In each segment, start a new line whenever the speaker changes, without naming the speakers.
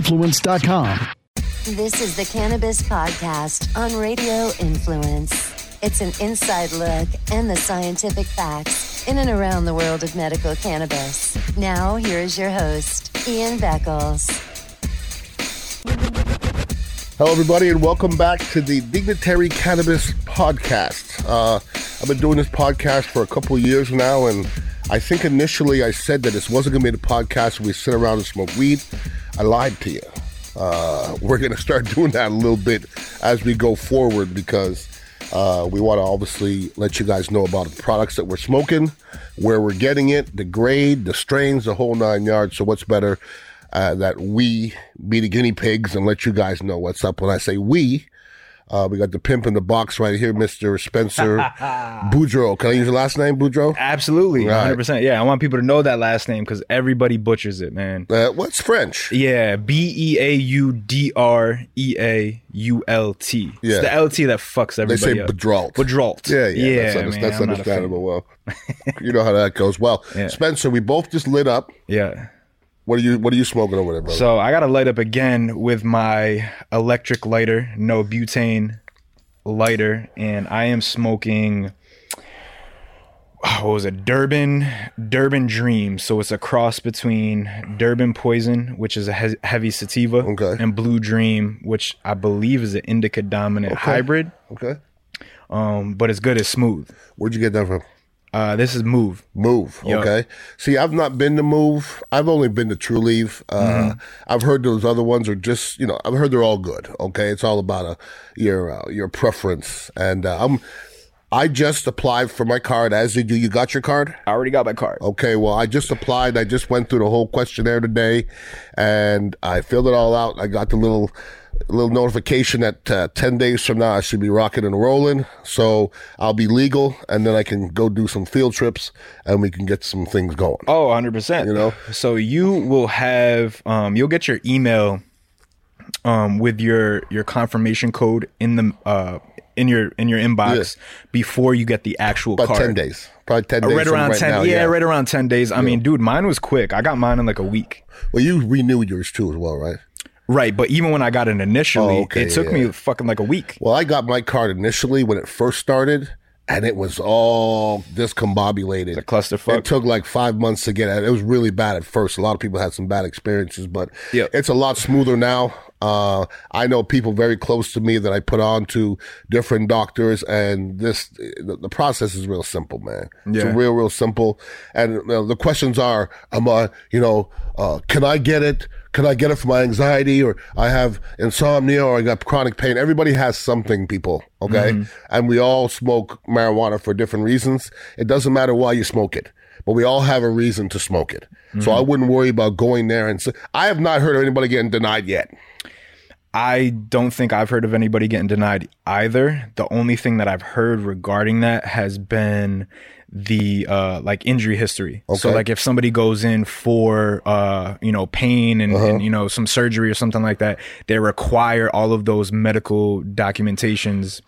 radioinfluence.com.
This is the Cannabis Podcast on Radio Influence. It's an inside look and the scientific facts in and around the world of medical cannabis. Now, here is your host, Ian Beckles.
Hello, everybody, and welcome back to the Dignitary Cannabis Podcast. Uh, I've been doing this podcast for a couple of years now, and I think initially I said that this wasn't going to be the podcast where we sit around and smoke weed. I lied to you. Uh, we're going to start doing that a little bit as we go forward because uh, we want to obviously let you guys know about the products that we're smoking, where we're getting it, the grade, the strains, the whole nine yards. So, what's better? uh, that we be the guinea pigs and let you guys know what's up. When I say we, uh, we got the pimp in the box right here, Mr. Spencer Boudreaux. Can I use your last name, Boudreaux?
Uh, Absolutely,
Right.
100%. Yeah, I want people to know that last name because everybody butchers it, man.
Uh, what's French?
Yeah, B E A U D R E A U L T.
Yeah.
It's the L T that fucks
They say
everybody up.
Bedrault.
Bedrault.
Yeah, yeah, that's, under-
man,
that's
I'm not a fan.
understandable. Well, you know how that goes. Well,
Yeah.
Spencer, we both just lit up.
Yeah.
What are you What are you smoking over there, brother?
So I got to light up again with my electric lighter, no butane lighter, and I am smoking. What was it? Durban, Durban Dream. So it's a cross between Durban Poison, which is a he- heavy sativa,
Okay.
and Blue Dream, which I believe is an indica dominant hybrid.
okay,
Um, but it's good. It's smooth.
where'd you get that from?
Uh, this is Move.
Move.
Yeah.
Okay. See, I've not been to Move. I've only been to True Leave. Uh, I've heard those other ones are just, you know, I've heard they're all good. Okay. It's all about uh your uh, your preference. And uh, I'm, I just applied for my card as they do. You got your card?
I already got my card.
Okay, well, I just applied. I just went through the whole questionnaire today, and I filled it all out. I got the little little notification that uh, ten days from now I should be rocking and rolling. So I'll be legal, and then I can go do some field trips, and we can get some things going.
Oh, 100%.
You know?
So you will have um you'll get your email um with your your confirmation code in the uh in your in your inbox before you get the actual
About
card. Uh,
ten days, probably ten days.
Right
from
around
right
10
now,
yeah, right around 10 days. I mean, dude, mine was quick. I got mine in like a week.
Well, you renewed yours too, as well, right?
Right, but even when I got it initially,
Oh, okay,
it took me fucking like a week.
Well, I got my card initially when it first started, and it was all discombobulated.
a clusterfuck.
It took like five months to get it. It was really bad at first. A lot of people had some bad experiences, but
Yep.
it's a lot smoother now. Uh, I know people very close to me that I put on to different doctors, and this the, the process is real simple, man. It's
Yeah.
real, real simple. And you know, the questions are, am I, you know, uh, can I get it? Can I get it for my anxiety, or I have insomnia, or I got chronic pain? Everybody has something, people. Okay, and we all smoke marijuana for different reasons. It doesn't matter why you smoke it, but we all have a reason to smoke it. So I wouldn't worry about going there. And say, I have not heard of anybody getting denied yet.
I don't think I've heard of anybody getting denied either. The only thing that I've heard regarding that has been the uh like injury history. So
Okay.
like if somebody goes in for uh you know pain
Uh-huh.
and, and you know some surgery or something like that, they require all of those medical documentations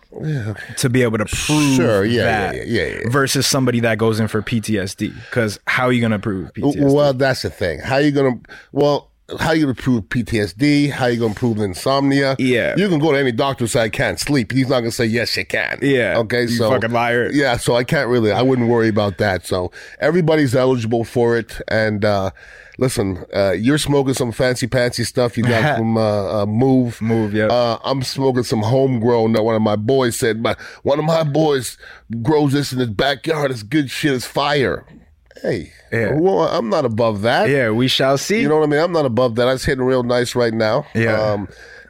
to be able to prove
Sure, yeah, yeah,
that
yeah, yeah, yeah.
versus somebody that goes in for PTSD cuz how are you going to prove PTSD?
Well, that's the thing. How you gonna? Well, how you gonna prove PTSD? How you gonna prove insomnia?
Yeah.
you can go to any doctor and say I can't sleep. He's not gonna say yes, you can.
Yeah.
Okay.
You
So
fucking liar.
Yeah. So I can't really. I wouldn't worry about that. So everybody's eligible for it. And uh, listen, uh, you're smoking some fancy pantsy stuff. You got from uh, uh, Move.
Move, yeah.
Uh, I'm smoking some homegrown that one of my boys said. My one of my boys grows this in his backyard. It's good shit. It's fire. Hey,
Yeah.
well, I'm not above that.
yeah, we shall see.
You know what I mean? I'm not above that. It's hitting real nice right now. Um,
Yeah.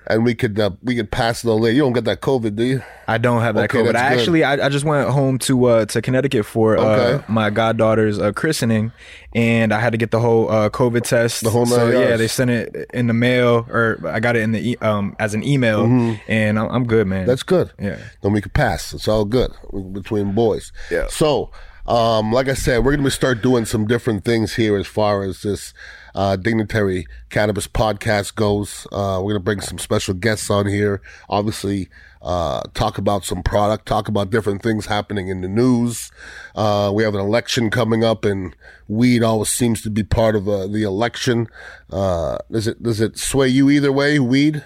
and we could uh, we could pass it on later. You don't get that COVID, do you?
I don't have that
Okay,
COVID. I
that's good.
actually, I, I just went home to uh, to Connecticut for uh,
Okay.
my goddaughter's uh, christening, and I had to get the whole uh, COVID test. The
whole nine
so, yeah,
yards.
they sent it in the mail, or I got it in the e- um as an email,
Mm-hmm.
and I'm, I'm good, man.
That's good.
Yeah.
Then we could pass. It's all good between boys.
Yeah.
So Um, like I said, we're going to start doing some different things here as far as this uh, Dignitary Cannabis podcast goes. Uh, we're going to bring some special guests on here. Obviously, uh, talk about some product, talk about different things happening in the news. Uh, we have an election coming up, and weed always seems to be part of uh, the election. Uh, does it does it sway you either way, weed?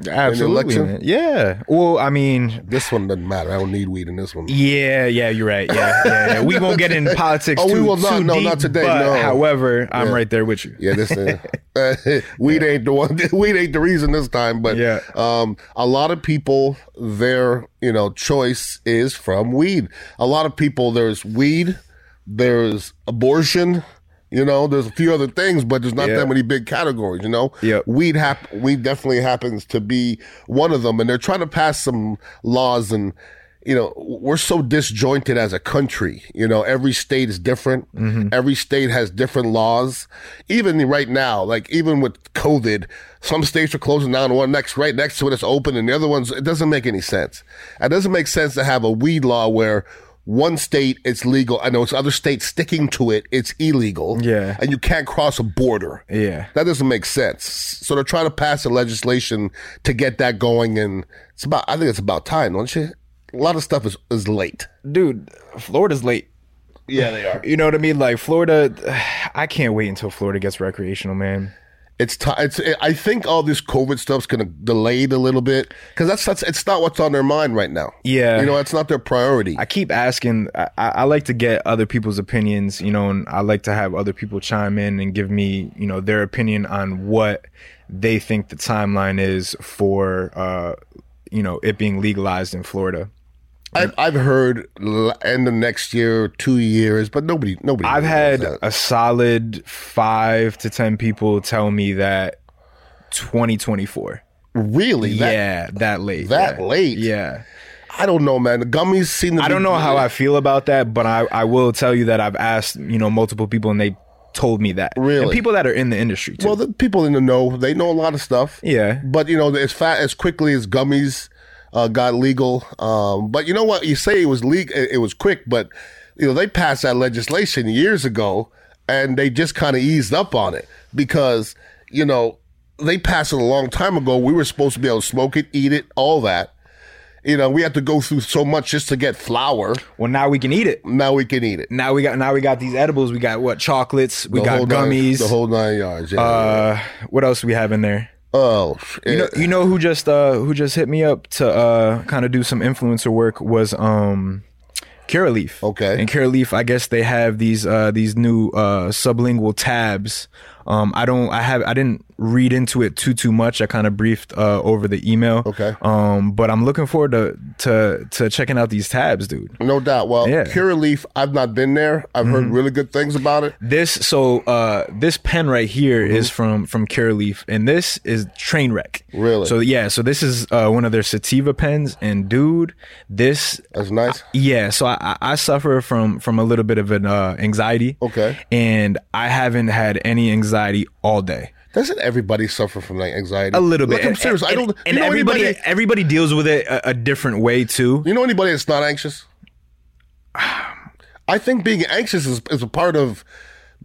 Absolutely.
election?
man. Yeah. Well, I mean,
This one doesn't matter. I don't need weed in this one.
yeah, yeah, you're right. Yeah, yeah, yeah. We won't get in politics.
Oh, we
too,
will not.
too
No,
deep,
not today,
but
no.
However, I'm right there with you.
Yeah, this uh, weed ain't the one. weed ain't the reason this time, but
Yeah.
um, a lot of people their you know choice is from weed. A lot of people there's weed, there's abortion. You know, there's a few other things, but there's not
Yeah.
that many big categories. You know,
Yep.
weed hap- weed definitely happens to be one of them, and they're trying to pass some laws and. You know, we're so disjointed as a country. You know, every state is different. Every state has different laws. Even right now, like even with COVID, some states are closing down one next right next to it is open and the other ones it doesn't make any sense. It doesn't make sense to have a weed law where one state it's legal, I know it's other states sticking to it, it's illegal.
Yeah.
And you can't cross a border.
Yeah.
That doesn't make sense. So they're trying to pass the legislation to get that going, and it's about. I think it's about time, don't you? A lot of stuff is is late.
Dude, Florida's late.
Yeah, they are.
You know what I mean? Like Florida, I can't wait until Florida gets recreational, man.
It's time. It's. I think all this COVID stuff's going to delay it a little bit because that's that's. It's not what's on their mind right now.
Yeah.
you know, it's not their priority.
I keep asking. I, I I like to get other people's opinions, you know, and I like to have other people chime in and give me, you know, their opinion on what they think the timeline is for, uh, you know, it being legalized in Florida.
I've, I've heard l- end of next year, two years, but nobody, nobody.
I've
knows
had
that.
a solid five to ten people tell me that 2024.
really. That,
yeah, that late.
that
yeah.
late?
Yeah.
I don't know, man. The gummies seem to.
I
be-
don't know how I feel about that, but I, I will tell you that I've asked, you know, multiple people and they told me that.
Really?
And people that are in the industry too.
Well, the people in the know, they know a lot of stuff.
Yeah.
But you know, as fat as quickly as gummies uh, got legal, um, but you know what? You say it was leak, it it was quick, but you know they passed that legislation years ago, and they just kind of eased up on it because you know they passed it a long time ago. We were supposed to be able to smoke it, eat it, all that. You know, we had to go through so much just to get flour.
Well, now we can eat it.
Now we can eat it.
Now we got now we got these edibles. We got what chocolates. We
The
got
whole nine-
gummies.
the whole nine yards. Yeah.
uh, what else we have in there?
oh,
You know, you know who just uh who just hit me up to uh kind of do some influencer work was um Cura Leaf.
Okay.
And Cura Leaf, I guess they have these uh these new uh sublingual tabs. Um I don't I have I didn't read into it too too much. I kind of briefed uh over the email.
Okay.
Um but I'm looking forward to to to checking out these tabs, dude.
No doubt. Well,
Yeah. Mm-hmm.
Pure Leaf, I've not been there. I've heard really good things about it.
This so uh this pen right here
Mm-hmm.
is from from Cureleaf and this is Trainwreck.
Really?
So yeah, so this is uh one of their sativa pens and dude, this
That's nice.
yeah, so I I I suffer from from a little bit of an uh anxiety.
Okay.
And I haven't had any anxiety all day.
Doesn't everybody suffer from like anxiety?
A little bit.
Look, I'm
And-
serious. I
and-
don't.
And
you know
everybody
Anybody,
everybody deals with it a, a different way too.
you know anybody that's not anxious? I think being anxious is, is a part of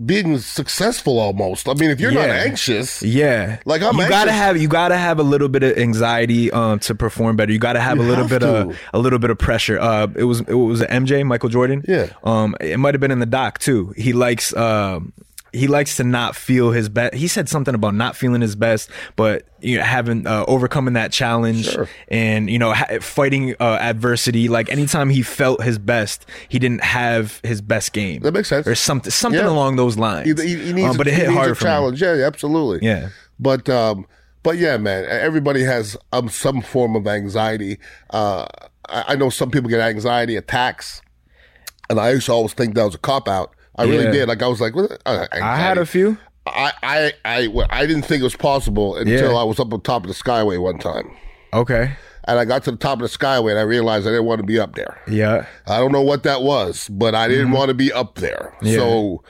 being successful. Almost. I mean, if you're not
Yeah.
anxious,
Yeah,
Like, I'm
you gotta
anxious.
have you gotta have a little bit of anxiety um to perform better. You gotta have a little
have
bit
to.
of a little bit of pressure. Uh, it was it was MJ Michael Jordan.
Yeah.
um, it might have been in the doc too. He likes um. He likes to not feel his best. He said something about not feeling his best, but you know, having uh, overcoming that challenge and you know ha- fighting uh, adversity. Like anytime he felt his best, he didn't have his best game.
That makes sense.
Or something, something
Yeah.
along those lines.
he, he, he needs.
Um, but
a,
it hit
he needs
hard
a
for me.
challenge. Yeah, yeah, absolutely.
Yeah.
But um, but yeah, man, everybody has um, some form of anxiety. Uh, I, I know some people get anxiety attacks, and I used to always think that was a cop out. I really
Yeah.
did. Like I was like, what? Uh,
I had a
anxiety.
few.
I I I well, I didn't think it was possible until
Yeah.
I was up on top of the skyway one time,
Okay.
and I got to the top of the skyway and I realized I didn't want to be up there.
Yeah. Mm-hmm.
I don't know what that was, but I didn't want to be up there. So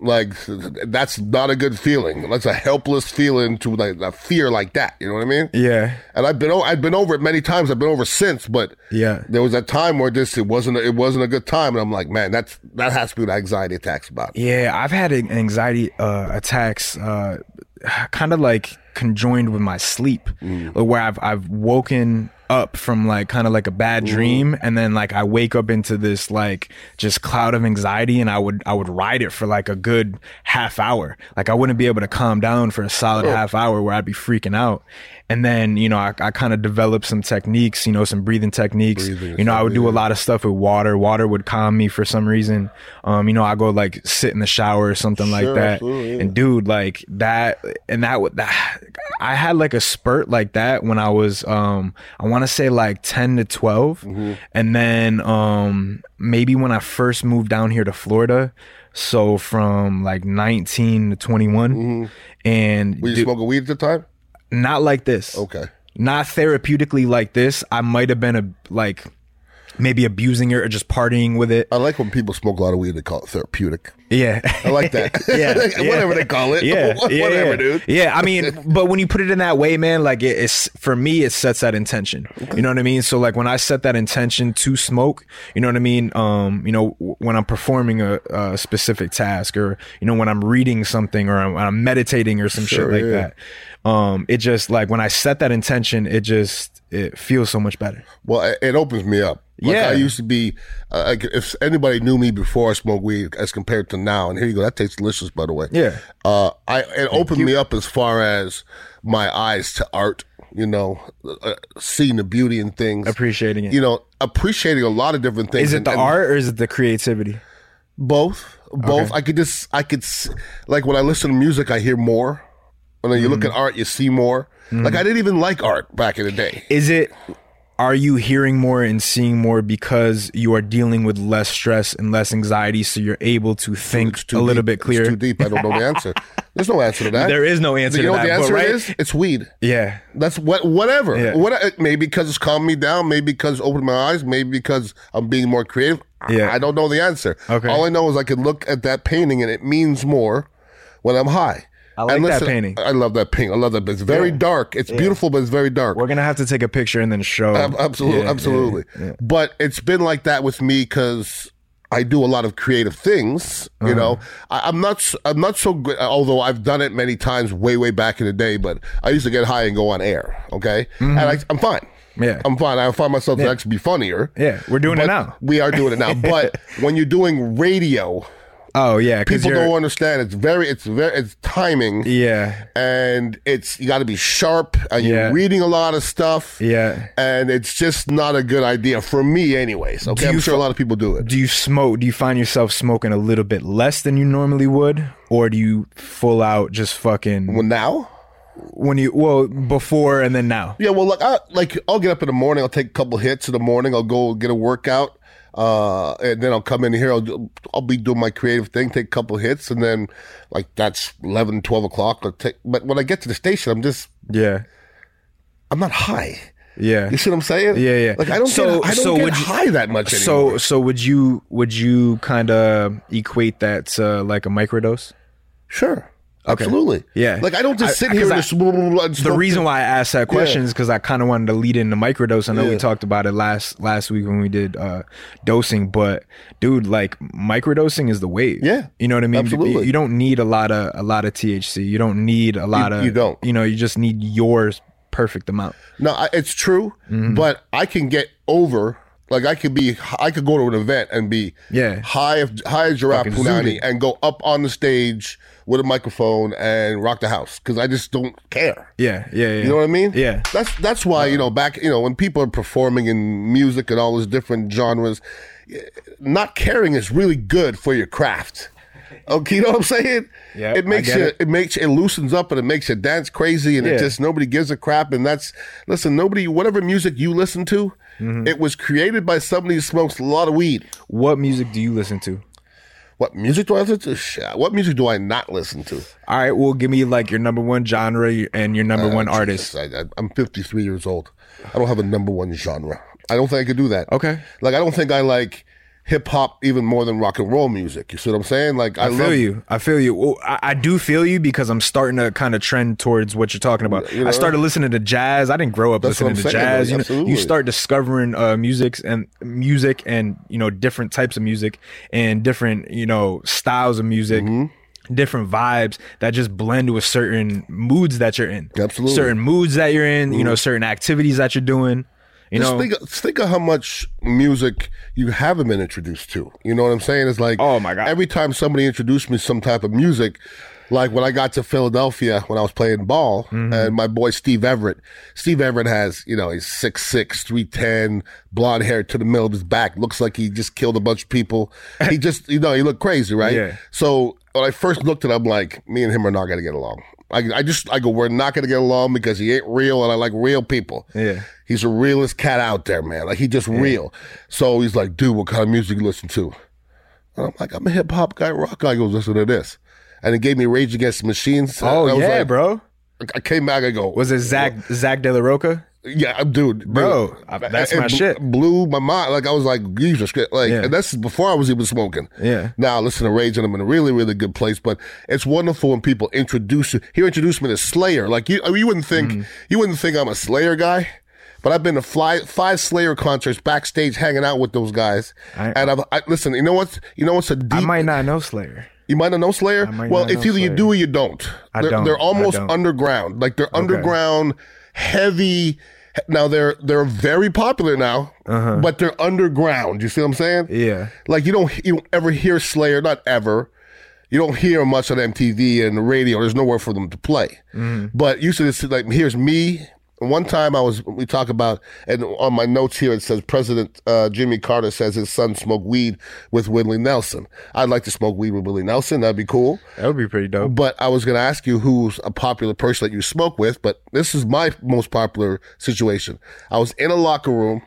Like that's not a good feeling. That's a helpless feeling to like a fear like that. You know what I mean?
Yeah.
And I've been o- I've been over it many times. I've been over since, but
Yeah.
there was that time where this it wasn't a, it wasn't a good time, and I'm like, man, that's that has to be what anxiety attacks about.
Yeah, I've had an- anxiety uh, attacks, uh, kind of like conjoined with my sleep, or where I've I've woken up from like kind of like a bad dream, and then like I wake up into this like just cloud of anxiety, and I would I would ride it for like a good half hour. Like I wouldn't be able to calm down for a solid half hour where I'd be freaking out. And then you know I, I kind of developed some techniques, you know, some breathing techniques.
Breathing,
you know, I would do a lot of stuff with water. Water would calm me for some reason. Um, you know, I go like sit in the shower or something like
Sure,
that.
absolutely, yeah.
And dude, like that, and that would that, I had like a spurt like that when I was, um, I want to say like ten to 12
Mm-hmm.
and then um, maybe when I first moved down here to Florida. So from like 19 to 21 and
Mm-hmm. Were you
dude,
smoking weed at the time?
not like this
Okay.
not therapeutically like this. I might have been a like maybe abusing it or just partying with it.
I like when people smoke a lot of weed. They call it therapeutic.
Yeah.
I like that.
Yeah,
whatever
yeah.
they call it.
Yeah, yeah,
whatever,
yeah.
dude.
Yeah, I mean, but when you put it in that way, man, like it, it's for me, it sets that intention. You know what I mean? So like when I set that intention to smoke, you know what I mean? Um, you know, w- when I'm performing a, a specific task, or you know, when I'm reading something, or I'm, I'm meditating, or some
Sure,
shit like
yeah.
that. Um, it just like when I set that intention, it just it feels so much better.
Well, it- it opens me up. Like,
Yeah.
I used to be, uh, like, if anybody knew me before I smoked weed as compared to now, and here you go, that tastes delicious, by the way.
Yeah.
Uh, I It opened me up as far as my eyes to art, you know, uh, seeing the beauty in things.
Appreciating it.
You know, appreciating a lot of different things.
Is it
and-
the
and
art or is it the creativity?
Both. Both. I could just, I could, s- like, when I listen to music, I hear more. When you
Mm-hmm.
look at art, you see more. Like, I didn't even like art back in the day.
Is it are you hearing more and seeing more because you are dealing with less stress and less anxiety so you're able to think
It's
a little
deep.
bit
It's
clearer?
too deep. I don't know the answer. There's no answer to that.
There is no answer
You
to
know what
that,
the
but
answer
right-
is? It's weed.
Yeah.
That's what. Whatever.
Yeah.
What. Maybe because it's calmed me down. Maybe because it opened my eyes. Maybe because I'm being more creative. I-
Yeah.
I don't know the answer.
Okay.
All I know is I can look at that painting and it means more when I'm high.
I like
And
that painting.
I love that painting. I love that. It's very dark. It's beautiful, but it's very dark.
We're going to have to take a picture and then show.
Ab- absolutely,
Yeah,
absolutely. But it's been like that with me because I do a lot of creative things.
Uh-huh.
You know, I, I'm not s- I'm not so good. Although I've done it many times, way way back in the day. But I used to get high and go on air. Okay, and I, I'm fine.
Mm-hmm. Yeah.
I'm fine. I find myself to actually be funnier.
Yeah. Yeah, we're doing it
But
now.
We are doing it now. but when you're doing radio,
Oh yeah, cuz
people
you're
don't understand. It's very, it's very, it's timing.
Yeah.
And it's you got to be sharp, and
Yeah.
you're reading a lot of stuff
Yeah.
and it's just not a good idea for me, anyways. Okay,
Do
I'm
you
sure a lot of people do it.
Do you smoke? Do you find yourself smoking a little bit less than you normally would or do you full out just fucking
Well, now,
when you well before and then now?
yeah. Well, look, I, like I'll get up in the morning. I'll take a couple hits in the morning. I'll go get a workout, uh, and then I'll come in here. I'll do- I'll be doing my creative thing, take a couple hits, and then like that's 11, 12 o'clock. I'll take, but when I get to the station, I'm just
Yeah.
I'm not high.
Yeah.
You see what I'm saying?
Yeah, yeah.
Like I don't
So-
get, I don't
so
get
would you-
high that much anymore.
So so would you would you kind of equate that to like a microdose?
sure, absolutely.
Yeah.
Like I don't just
I-
sit here and
'cause I-
just and
The
smoke
reason why I asked that question is because I kind of wanted to lead into microdose. I know
Yeah.
we talked about it last last week when we did uh, dosing, but dude, like microdosing is the wave.
Yeah.
you know what I mean.
Absolutely.
You, you don't need a lot of a lot of THC. You don't need a lot of
you don't.
You know, you just need your perfect amount.
No, I, it's true,
Mm-hmm.
but I can get over. Like I could be, I could go to an event and be
Yeah.
high of high as Giraffe
Fucking
Punani
zooted.
and go up on the stage with a microphone and rock the house because I just don't care.
Yeah, yeah, yeah.
You know what I mean?
Yeah.
That's that's why you know back you know when people are performing in music and all those different genres, not caring is really good for your craft. Okay, you know what I'm saying?
Yeah,
It
I
makes
get
you. It.
it.
makes it loosens up and it makes you dance crazy and
Yeah.
it just nobody gives a crap and that's listen nobody whatever music you listen to,
Mm-hmm.
it was created by somebody who smokes a lot of weed.
What music do you listen to?
What music do I listen to? Shit, What music do I not listen to?
All right, well, give me like your number one genre and your
Uh,
number one artist.
I, I, I'm 53 years old. I don't have a number one genre. I don't think I could do that.
Okay.
Like I don't think I like hip hop even more than rock and roll music. You see what I'm saying? Like I,
I feel
love
you. I feel you. Well, I, I do feel you because I'm starting to kind of trend towards what you're talking about.
You know?
I started listening to jazz. I didn't grow up
That's what
listening to
I'm saying,
jazz.
like,
you, know,
absolutely.
you start discovering uh, music and music and you know different types of music and different you know styles of music.
Mm-hmm.
Different vibes that just blend with certain moods that you're in.
Absolutely. Mm-hmm.
Certain moods that you're in, you know, certain activities that you're doing. You
Just
know,
think, think of how much music you haven't been introduced to. You know what I'm saying? It's like,
Oh, my God.
Every time somebody introduced me to some type of music, like when I got to Philadelphia when I was playing ball,
Mm-hmm.
and my boy Steve Everett. Steve Everett has, you know, he's 6'6, 310, blonde hair to the middle of his back. Looks like he just killed a bunch of people. He just, you know, he looked crazy, right?
Yeah.
So when I first looked at him, I'm like, me and him are not going to get along. I, I just, I go, we're not going to get along because he ain't real and I like real people.
Yeah.
He's the realest cat out there, man. Like he just real. So he's like, dude, what kind of music you listen to? And I'm like, I'm a hip hop guy, rock guy. He goes, listen to this. And it gave me Rage Against the Machines.
oh
And I was
yeah,
like-
bro.
I came back. I go,
Was it Zach Zach De La Roca?
yeah, I'm- dude,
Bro,
dude.
I- that's
It
my
bl-
shit.
Blew my mind. Like I was like, Jesus, Christ. like
Yeah.
and that's before I was even smoking.
Yeah.
Now listen to Rage, and I'm in a really, really good place. But it's wonderful when people introduce you. He introduced me to Slayer. Like you, I mean, you wouldn't think
Mm-hmm.
you wouldn't think I'm a Slayer guy. But I've been to fly, five Slayer concerts backstage, hanging out with those guys,
I-
and I've, I listen. You know what's You know what's a
I
deep?
might not know Slayer.
you might not know Slayer.
might
Well,
not
it's
know
either you
Slayer.
do or you don't.
I
they're,
don't.
They're
I
almost
don't.
underground. Like they're underground, heavy. Now they're they're very popular now, but they're underground. You see what I'm saying?
Uh-huh. Yeah.
Like you don't you don't ever hear Slayer, not ever. You don't hear much on MTV and the radio. There's nowhere for them to play. But you should just see, like here's me. One time I was we talk about and on my notes here it says President uh, Jimmy Carter says his son smoked weed with Willie Nelson. I'd like to smoke weed with Willie Nelson. That'd be cool.
That would be pretty dope.
But I was going to ask you who's a popular person that you smoke with, but this is my most popular situation. I was in a locker room,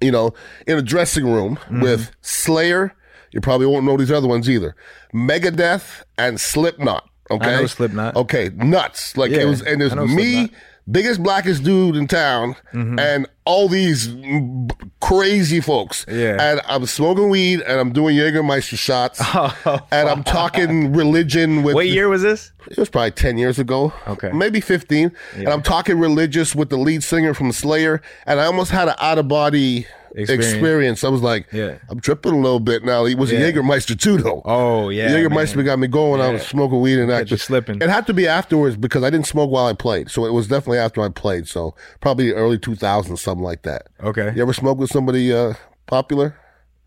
you know, in a dressing room
Mm-hmm.
with Slayer. You probably won't know these other ones either. Megadeth and Slipknot. Okay.
know Slipknot.
Okay. Nuts. Like
Yeah,
it was, and
I
there's
know
me,
Slipknot. Mm-hmm.
biggest, blackest dude in town, and all these mm, b- crazy folks.
Yeah.
And I'm smoking weed and I'm doing Jägermeister shots.
Oh.
and I'm talking religion with
What year was this?
it was probably 10 years ago.
Okay.
Maybe 15. And I'm talking religious with the lead singer from Slayer. And I almost had an out of body experience.
Experience.
I was like,
Yeah.
I'm tripping a little bit now. He was a
Yeah.
Jägermeister too, though.
Oh yeah.
Jägermeister got me going. I was smoking weed and
Got you
actually
slipping.
It had to be afterwards because I didn't smoke while I played. So it was definitely after I played. So probably early 2000s, something like that.
man. Okay.
You ever smoke with somebody uh, popular?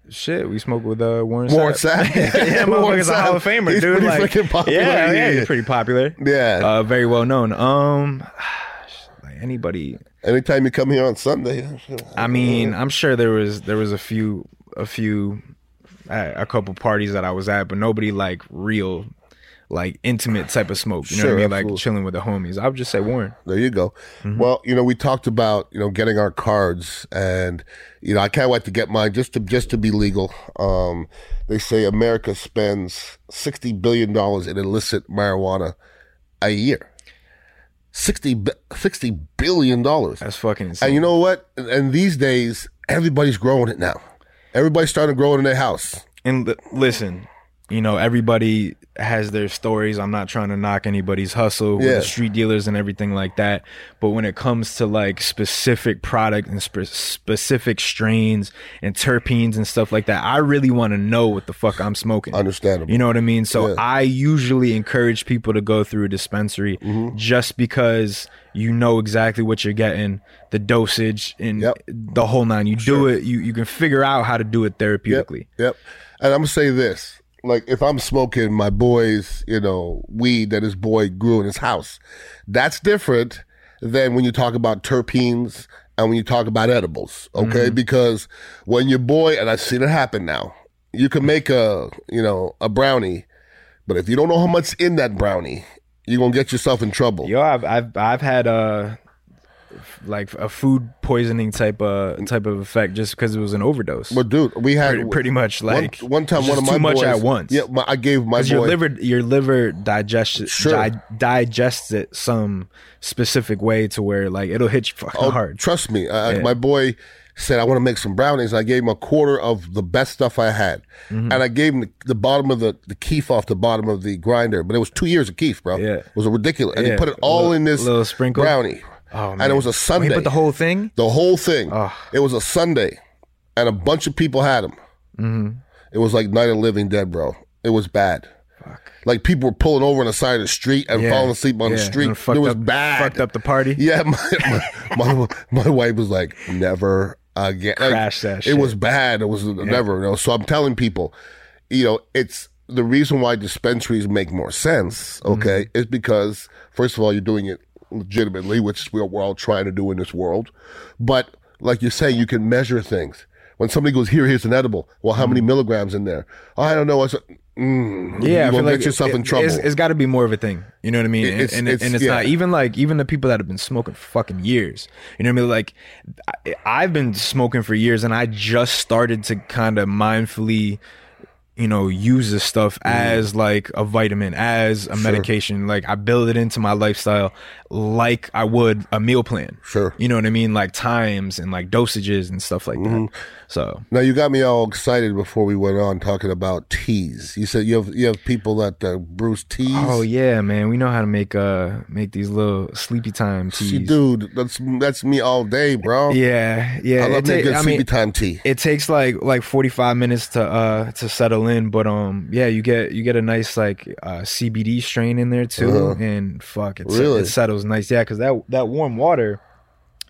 Shit, we smoked with uh, Warren.
Warren
Sapp.
Sapp.
yeah,
Warren
motherfucker's a Hall of
Sapp.
Famer,
He's
dude.
pretty
like,
freaking popular.
Yeah, yeah,
Yeah.
he's pretty popular.
Yeah.
Uh, very well known. Um, like anybody.
Anytime you come here on Sunday.
I mean, I'm sure there was there was a few a few uh, a couple parties that I was at, but nobody like real like intimate type of smoke. You know
Sure,
what I mean?
absolutely.
Like chilling with the homies. I would just say Warren.
There you go. Well, you know, we talked about you know getting our cards, and you know, I can't wait to get mine just to just to be legal. Um, they say America spends sixty billion dollars in illicit marijuana a year. 60, bi- 60 billion dollars.
That's fucking insane.
And you know what? And these days, everybody's growing it now. Everybody's starting to grow it in their house.
and li- listen, you know, everybody has their stories. I'm not trying to knock anybody's hustle with
Yeah.
the street dealers and everything like that. But when it comes to like specific product and spe- specific strains and terpenes and stuff like that, I really want to know what the fuck I'm smoking.
Understandable.
You know what I mean? So
Yeah.
I usually encourage people to go through a dispensary
Mm-hmm.
just because you know exactly what you're getting, the dosage and
Yep.
the whole nine. You do it, you, you can figure out how to do it therapeutically.
Yep. And I'm gonna say this: like if I'm smoking my boy's, you know, weed that his boy grew in his house, that's different than when you talk about terpenes and when you talk about edibles. Okay,
Mm-hmm.
because when your boy and I've seen it happen now, you can make a you know a brownie, but if you don't know how much in that brownie, you're gonna get yourself in trouble.
Yo, I've I've I've had uh like a food poisoning type of type of effect just because it was an overdose.
But dude, we had
pretty, pretty much
one,
like
one time
it's
one
just
of my
too much
boys,
at once.
Yeah, my, I gave my boy.
Because your liver your liver digests
Sure.
di- digests it some specific way to where like it'll hit you fucking
Oh,
hard.
Trust me. Uh, My boy said, I want to make some brownies. I gave him a quarter of the best stuff I had.
Mm-hmm.
And I gave him the, the bottom of the, the keef off the bottom of the grinder. But it was two years of keef, bro.
Yeah.
It was ridiculous. And he
Yeah.
put it all
Little-
in this
little sprinkle.
brownie.
Oh,
And
man.
it was a
Oh,
Sunday.
he put the whole thing.
The whole thing. It was a Sunday, and a bunch of people had them. Mm-hmm. It was like Night of the Living Dead, bro. It was bad. Like people were pulling over on the side of the street and
Yeah,
falling asleep on the
yeah,
street.
and fucked
It was
up-
bad.
fucked up the party.
Yeah, my my, my, my wife was like, never again. Like,
Crash that
It
shit.
was bad. It was never. You know? So I'm telling people, you know, it's the reason why dispensaries make more sense.
Mm-hmm.
Okay, is because first of all, you're doing it legitimately, which is what we're all trying to do in this world. But like you're saying, you can measure things. When somebody goes, here, here's an edible. Well, how many milligrams in there? "Oh, I don't know. I said, mm,
Mm-hmm. Yeah,
you
I
will
feel
get
like
yourself
it-
in trouble.
It's, it's got to be more of a thing. You know what I mean?
It's-
and, and it's,
it's-
and it's
yeah.
not even like even the people that have been smoking for fucking years. You know what I mean? Like I, I've been smoking for years, and I just started to kind of mindfully, you know, use this stuff
Mm.
as like a vitamin, as a medication. Like I build it into my lifestyle, like I would a meal plan.
Sure.
You know what I mean? Like times and like dosages and stuff like
Mm-hmm.
that. So
Now you got me all excited before we went on talking about teas. You said you have you have people that uh, brews teas.
Oh yeah, man, we know how to make uh make these little sleepy time teas.
See, dude, that's that's me all day, bro.
Yeah, yeah.
I love
it
me a
ta-
good
I
sleepy
mean,
time tea.
it takes like like forty five minutes to uh to settle in, but um yeah, you get you get a nice like uh CBD strain in there too, and fuck, it se-
Uh-huh. Really?
it settles nice. Yeah, because that that warm water,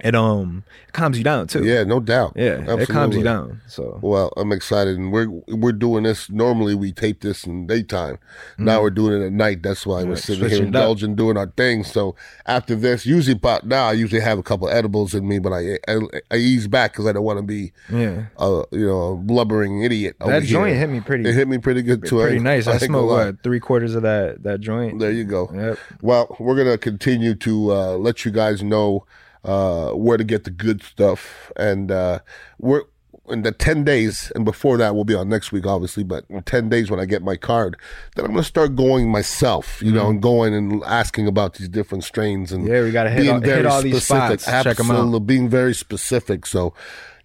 it um calms you down too.
yeah, no doubt.
yeah, it calms
Absolutely.
you down. So
Well, I'm excited, and we're we're doing this. Normally, we tape this in daytime. Now we're doing it at night. That's why we're sitting here
Mm. switching it up.
indulging, doing our thing. So after this, usually, about now I usually have a couple edibles in me, but I I, I ease back because I don't want to be
yeah.
a you know a blubbering idiot. over
That joint
here.
hit me pretty
It hit me pretty good too.
pretty nice. I,
ain't gonna
smoked
lie.
what three quarters of that that joint.
There you go.
Yep.
Well, we're gonna continue to uh, let you guys know uh, where to get the good stuff, and uh, we're in the ten days, and before that, we'll be on next week, obviously. But in ten days, when I get my card, then I'm gonna start going myself, you know, and going and asking about these different strains and
Mm-hmm. Yeah, we gotta hit all- hit all these spots. Check 'em out.
Absolutely, being very specific. So.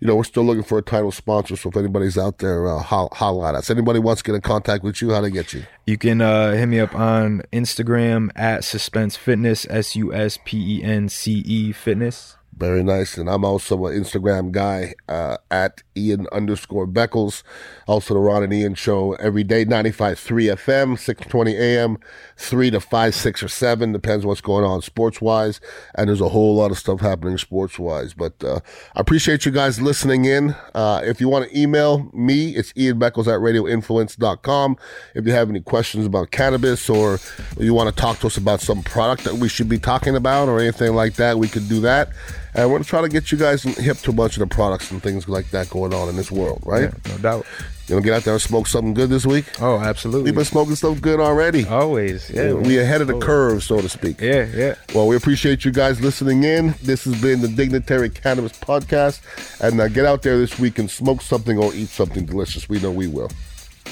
You know, we're still looking for a title sponsor. So if anybody's out there, uh, ho- holla at us. Anybody wants to get in contact with you, how to get you?
You can uh, hit me up on Instagram at Suspense Fitness, S U S P E N C E Fitness.
Very nice. And I'm also an Instagram guy uh, at Ian underscore Beckles. Also, the Ron and Ian show every day, 95.3 FM, 620 AM, 3 to 5, 6 or 7. Depends what's going on sports wise. And there's a whole lot of stuff happening sports wise. But uh, I appreciate you guys listening in. Uh, if you want to email me, it's Ian Beckles at radioinfluence.com. If you have any questions about cannabis or you want to talk to us about some product that we should be talking about or anything like that, we could do that. And we're trying to get you guys hip to a bunch of the products and things like that going on in this world, right?
No doubt.
You gonna get out there and smoke something good this week?
Oh,
We've been
absolutely.
smoking stuff good already.
Always. Uh, Yeah. Oh.
we ahead of the curve, so to speak.
yeah, yeah.
Well, we appreciate you guys listening in. This has been the Dignitary Cannabis Podcast. And uh, get out there this week and smoke something or eat something delicious. We know we will.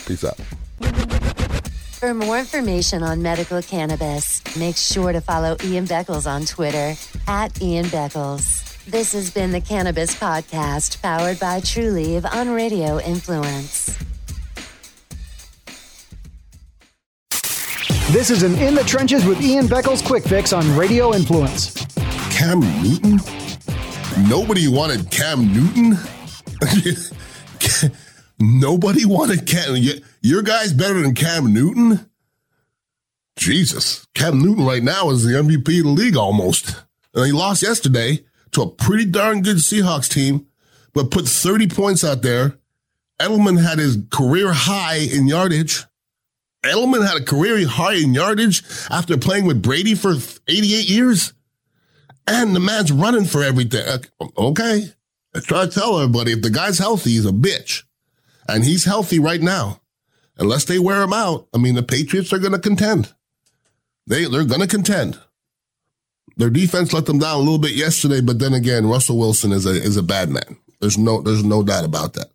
Peace out.
For more information on medical cannabis, make sure to follow Ian Beckles on Twitter at Ian Beckles. This has been the Cannabis Podcast, powered by TrueLeave on Radio Influence.
This is an In the Trenches with Ian Beckles quick fix on Radio Influence.
Cam Newton? Nobody wanted Cam Newton? Nobody wanted Cam. y- Your guy's better than Cam Newton? Jesus. Cam Newton right now is the MVP of the league almost. And he lost yesterday to a pretty darn good Seahawks team, but put 30 points out there. Edelman had his career high in yardage. Edelman had a career high in yardage after playing with Brady for 88 years and the man's running for everything. Uh, Okay. I try to tell everybody if the guy's healthy, he's a bitch. And he's healthy right now. Unless they wear him out, I mean, the Patriots are going to contend. They, they're going to contend. Their defense let them down a little bit yesterday, but then again, Russell Wilson is a is a bad man. There's no there's no doubt about that.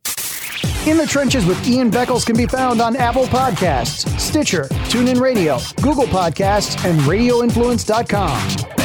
In the Trenches with Ian Beckles can be found on Apple Podcasts, Stitcher, TuneIn Radio, Google Podcasts, and RadioInfluence.com.